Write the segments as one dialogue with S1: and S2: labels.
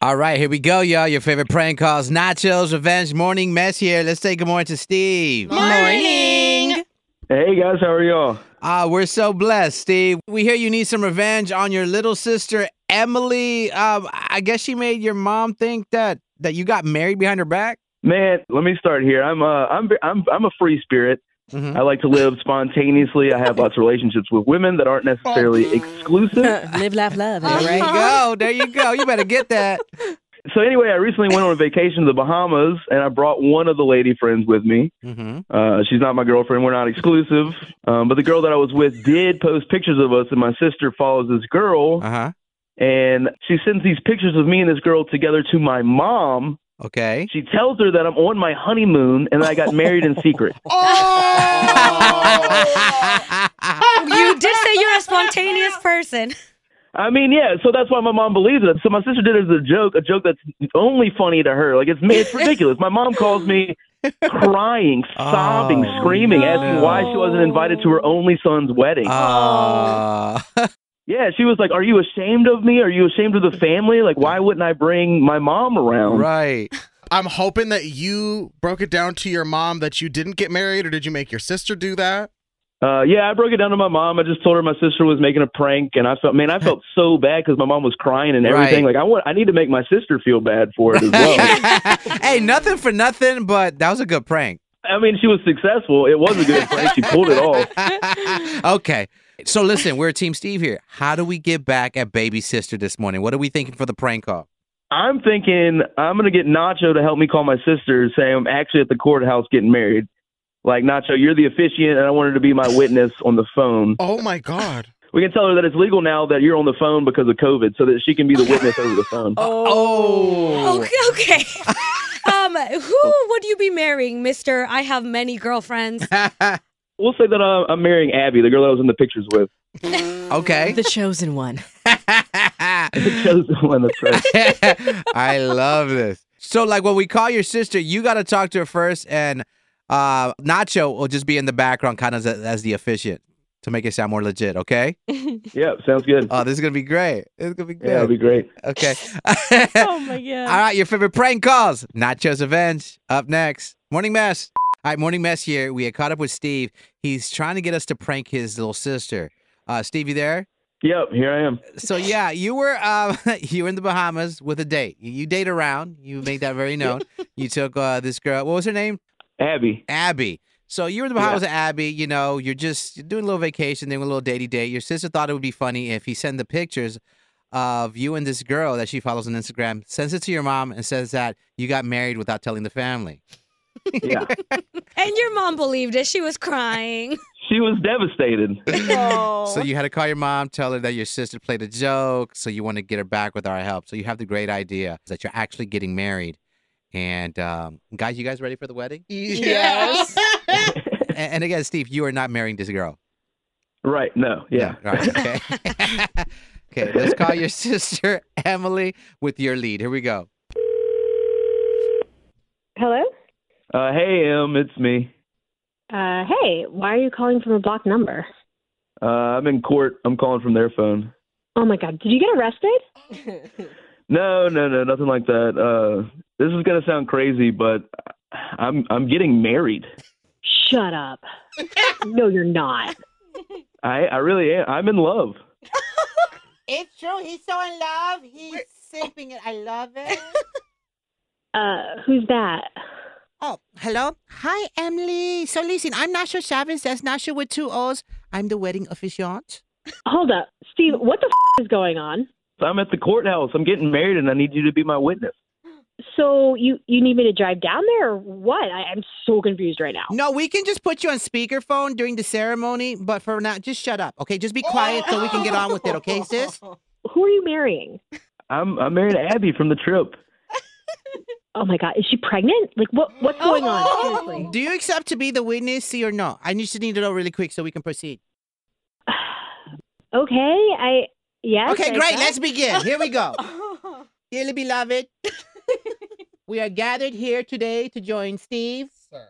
S1: All right, here we go, y'all. Your favorite prank calls, nachos, revenge, morning mess here. Let's say good morning to Steve.
S2: Morning.
S3: Hey guys, how are y'all?
S1: Ah, we're so blessed, Steve. We hear you need some revenge on your little sister Emily. Um, I guess she made your mom think that that you got married behind her back.
S3: Man, let me start here. I'm uh, I'm I'm I'm a free spirit.
S1: Mhm.
S3: I like to live spontaneously. I have lots of relationships with women that aren't necessarily exclusive.
S2: Live, laugh, love. am I
S1: There you
S2: Right?
S1: go. There you go. You better get that.
S3: So anyway, I recently went on a vacation to the Bahamas, and I brought one of the lady friends with me.
S1: Mm-hmm.
S3: Uh, she's not my girlfriend. We're not exclusive. Um, but the girl that I was with did post pictures of us, and my sister follows this girl,
S1: Uh huh.
S3: and she sends these pictures of me and this girl together to my mom.
S1: Okay.
S3: She tells her that I'm on my honeymoon and that I got married in secret.
S2: You did say you're a spontaneous person.
S3: I mean, yeah. So that's why my mom believes it. So my sister did it as a joke, a joke that's only funny to her. Like it's it's ridiculous. My mom calls me crying, sobbing,
S1: Oh,
S3: screaming,
S2: no.
S3: asking why she wasn't invited to her only son's wedding.
S1: Uh, Ah.
S3: yeah, she was like, "Are you ashamed of me? Are you ashamed of the family? Like, why wouldn't I bring my mom around?"
S1: right.
S4: I'm hoping that you broke it down to your mom that you didn't get married, or did you make your sister do that?
S3: Uh, yeah, I broke it down to my mom. I just told her my sister was making a prank, and I felt, man, I felt so bad because my mom was crying and everything.
S1: Right.
S3: Like, I want, I need to make my sister feel bad for it as well.
S1: hey, nothing for nothing, but that was a good prank.
S3: I mean, she was successful. It was a good prank. She pulled it off.
S1: okay. So listen, we're Team Steve here. How do we get back at baby sister this morning? What are we thinking for the prank call?
S3: I'm thinking I'm gonna get Nacho to help me call my sister, say I'm actually at the courthouse getting married. Like Nacho, you're the officiant, and I wanted to be my witness on the phone.
S4: Oh my God.
S3: We can tell her that it's legal now that you're on the phone because of COVID, so that she can be the witness over the phone.
S1: Oh.
S2: Okay. okay. um, who would you be marrying, Mister? I have many girlfriends.
S3: We'll say that uh, I'm marrying Abby, the girl that I was in the pictures with.
S1: okay.
S5: The chosen one.
S3: Chose the one that's right.
S1: I love this. So like when we call your sister, you got to talk to her first and uh Nacho will just be in the background kind of as, as the officiant to make it sound more legit, okay?
S3: Yeah, sounds good.
S1: Oh, this is going to be great. This is going to be
S3: Yeah, that'd
S1: good.
S3: be great.
S1: okay.
S5: Oh my
S1: All
S5: god.
S1: right, your favorite prank calls. Nacho's Revenge. Up next. Morning Mess. All right, Morning Mess here. We had caught up with Steve. He's trying to get us to prank his little sister. Uh, Steve, you there?
S3: Yep, here I am.
S1: So yeah, you were uh, you were in the Bahamas with a date. You- You date around. You made that very known. you took uh, this girl. What was her name?
S3: Abby.
S1: Abby. So you were in the
S3: Yeah.
S1: Bahamas with Abby. You know, you're just you're doing a little vacation, doing a little datey date. Your sister thought it would be funny if he sent the pictures of you and this girl that she follows on Instagram, sends it to your mom, and says that you got married without telling the family.
S3: Yeah,
S2: And your mom believed it. She was crying.
S3: she was devastated.
S1: So you had to call your mom, tell her that your sister played a joke, so you want to get her back with our help. So you have the great idea that you're actually getting married. And um, guys, you guys ready for the wedding?
S4: Yes.
S1: A- and, again, Steve, you are not marrying this girl.
S3: Right? No. Yeah.
S1: No, all right, okay. okay. Let's call your sister Emily with your lead. Here we go.
S6: Hello?
S3: Uh, hey, Em, it's me.
S6: Uh, hey, why are you calling from a blocked number?
S3: Uh, I'm in court. I'm calling from their phone.
S6: Oh my god, did you get arrested?
S3: No, no, no, nothing like that. Uh, this is gonna sound crazy, but I'm I'm getting married.
S6: Shut up. no, you're not.
S3: I I really am. I'm in love.
S7: It's true. He's so in love. He's sipping it. I love it.
S6: Uh, who's that?
S7: Oh, hello. Hi, Emily. So listen, I'm Nasha Chavez. That's Nasha with two O's. I'm the wedding officiant.
S6: Hold up. Steve,
S7: Mm-hmm.
S6: what the f- is going on?
S3: So I'm at the courthouse. I'm getting married, and I need you to be my witness.
S6: So you you need me to drive down there or what? I, I'm so confused right now.
S7: No, we can just put you on speakerphone during the ceremony, but for now, just shut up, okay? Just be quiet so we can get on with it, okay, sis?
S6: Who are you marrying?
S3: I'm I'm married to Abby from the trip.
S8: Oh my god, is she pregnant? Like what? What's going on?
S7: Oh.
S8: Seriously.
S1: Do you accept to be the witness, or no? I just need to know really quick so we can proceed.
S8: Okay, I yes. I
S1: okay, great.
S8: guess.
S1: Let's begin. Here we go. Dearly beloved, we are gathered here today to join Steve. Sir.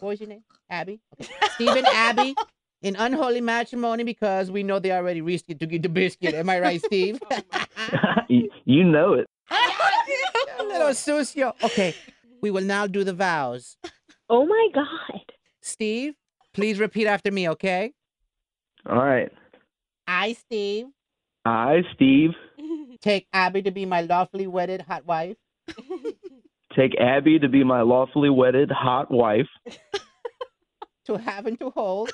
S1: What was your name? Abby. Okay. Steve and Abby in unholy matrimony because we know they already risked it to get the biscuit. Am I right, Steve?
S3: you, you know it.
S1: A little sucio. Okay, we will now do the vows.
S8: Oh my god.
S1: Steve, please repeat after me, okay?
S3: All right.
S1: I, Steve,
S3: I, Steve,
S1: take Abby to be my lawfully wedded hot wife.
S3: take Abby to be my lawfully wedded hot wife
S1: to have and to hold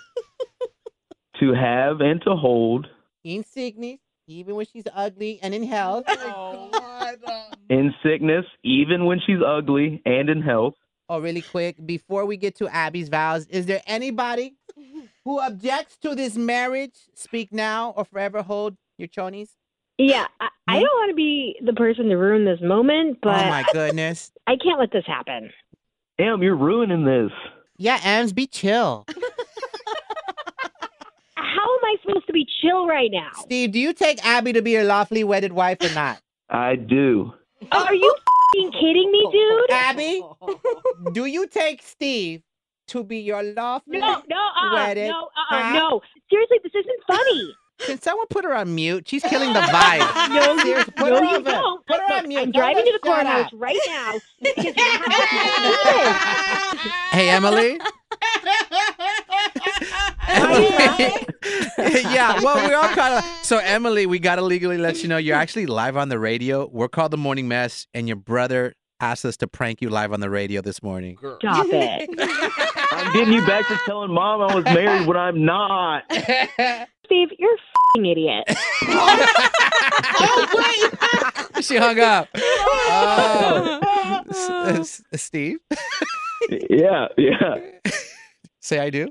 S3: to have and to hold
S1: in sickness, even when she's ugly and in health,
S3: in sickness, even when she's ugly and in health.
S1: Oh, really quick, before we get to Abby's vows, is there anybody who objects to this marriage? Speak now or forever hold your chonies.
S8: Yeah, I, I don't want to be the person to ruin this moment, but
S1: oh my goodness.
S8: I can't let this happen.
S3: Em, you're ruining this.
S1: Yeah, Ams, be chill.
S8: How am I supposed to be chill right now?
S1: Steve, do you take Abby to be your lawfully wedded wife or not?
S3: I do.
S8: Oh, are you fing kidding me, dude?
S1: Oh, Abby, do you take Steve to be your lawfully?
S8: No, no, uh,
S1: Wedded.
S8: no,
S1: Huh?
S8: uh, no. Seriously, this isn't funny.
S1: Can someone put her on mute? She's killing the vibe.
S8: No, you-
S1: Seriously, put
S8: no,
S1: her
S8: you
S1: on mute.
S8: don't.
S1: Put her
S8: Look,
S1: on mute.
S8: I'm
S1: Tell
S8: driving
S1: her
S8: to the
S1: shut
S8: courthouse
S1: up.
S8: right now because you're gonna have to do this.
S2: Hey, Emily. Emily. yeah, well, we're all kind of. So, Emily, we got to legally let you know you're actually live on the radio. We're called The Morning Mess, and your brother asked us to prank you live on the radio this morning.
S8: Stop it.
S3: I'm getting you back to telling mom I was married when I'm not.
S8: Steve, you're a fing idiot.
S2: She hung up. Oh. S- S- Steve,
S3: Yeah, yeah.
S2: say I do.